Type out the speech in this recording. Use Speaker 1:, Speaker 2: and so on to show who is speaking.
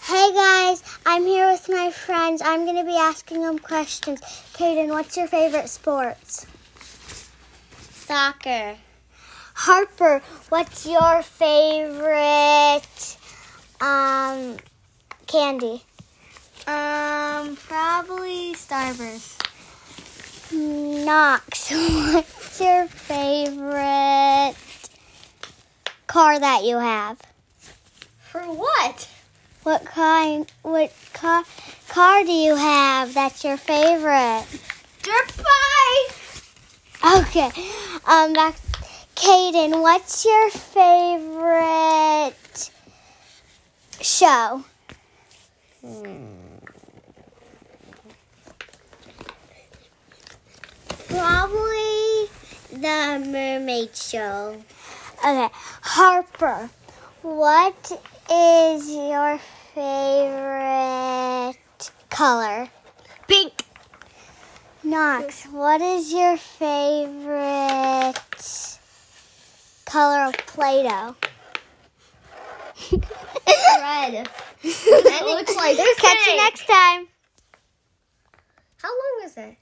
Speaker 1: Hey guys, I'm here with my friends. I'm going to be asking them questions. Kaden, what's your favorite sports? Soccer. Harper, what's your favorite um, candy? Um, probably Starburst. Knox, what's your favorite car that you have?
Speaker 2: For what?
Speaker 1: What kind? What car? Car do you have? That's your favorite.
Speaker 2: Dirt bike.
Speaker 1: Okay. Um, back. Kaden, what's your favorite show?
Speaker 2: Hmm.
Speaker 1: Probably the Mermaid Show. Okay, Harper, what is your favorite color?
Speaker 2: Pink.
Speaker 1: Knox, what is your favorite color of Play Doh?
Speaker 2: Red. That looks like
Speaker 1: Catch you
Speaker 2: pink.
Speaker 1: next time.
Speaker 2: How long is it?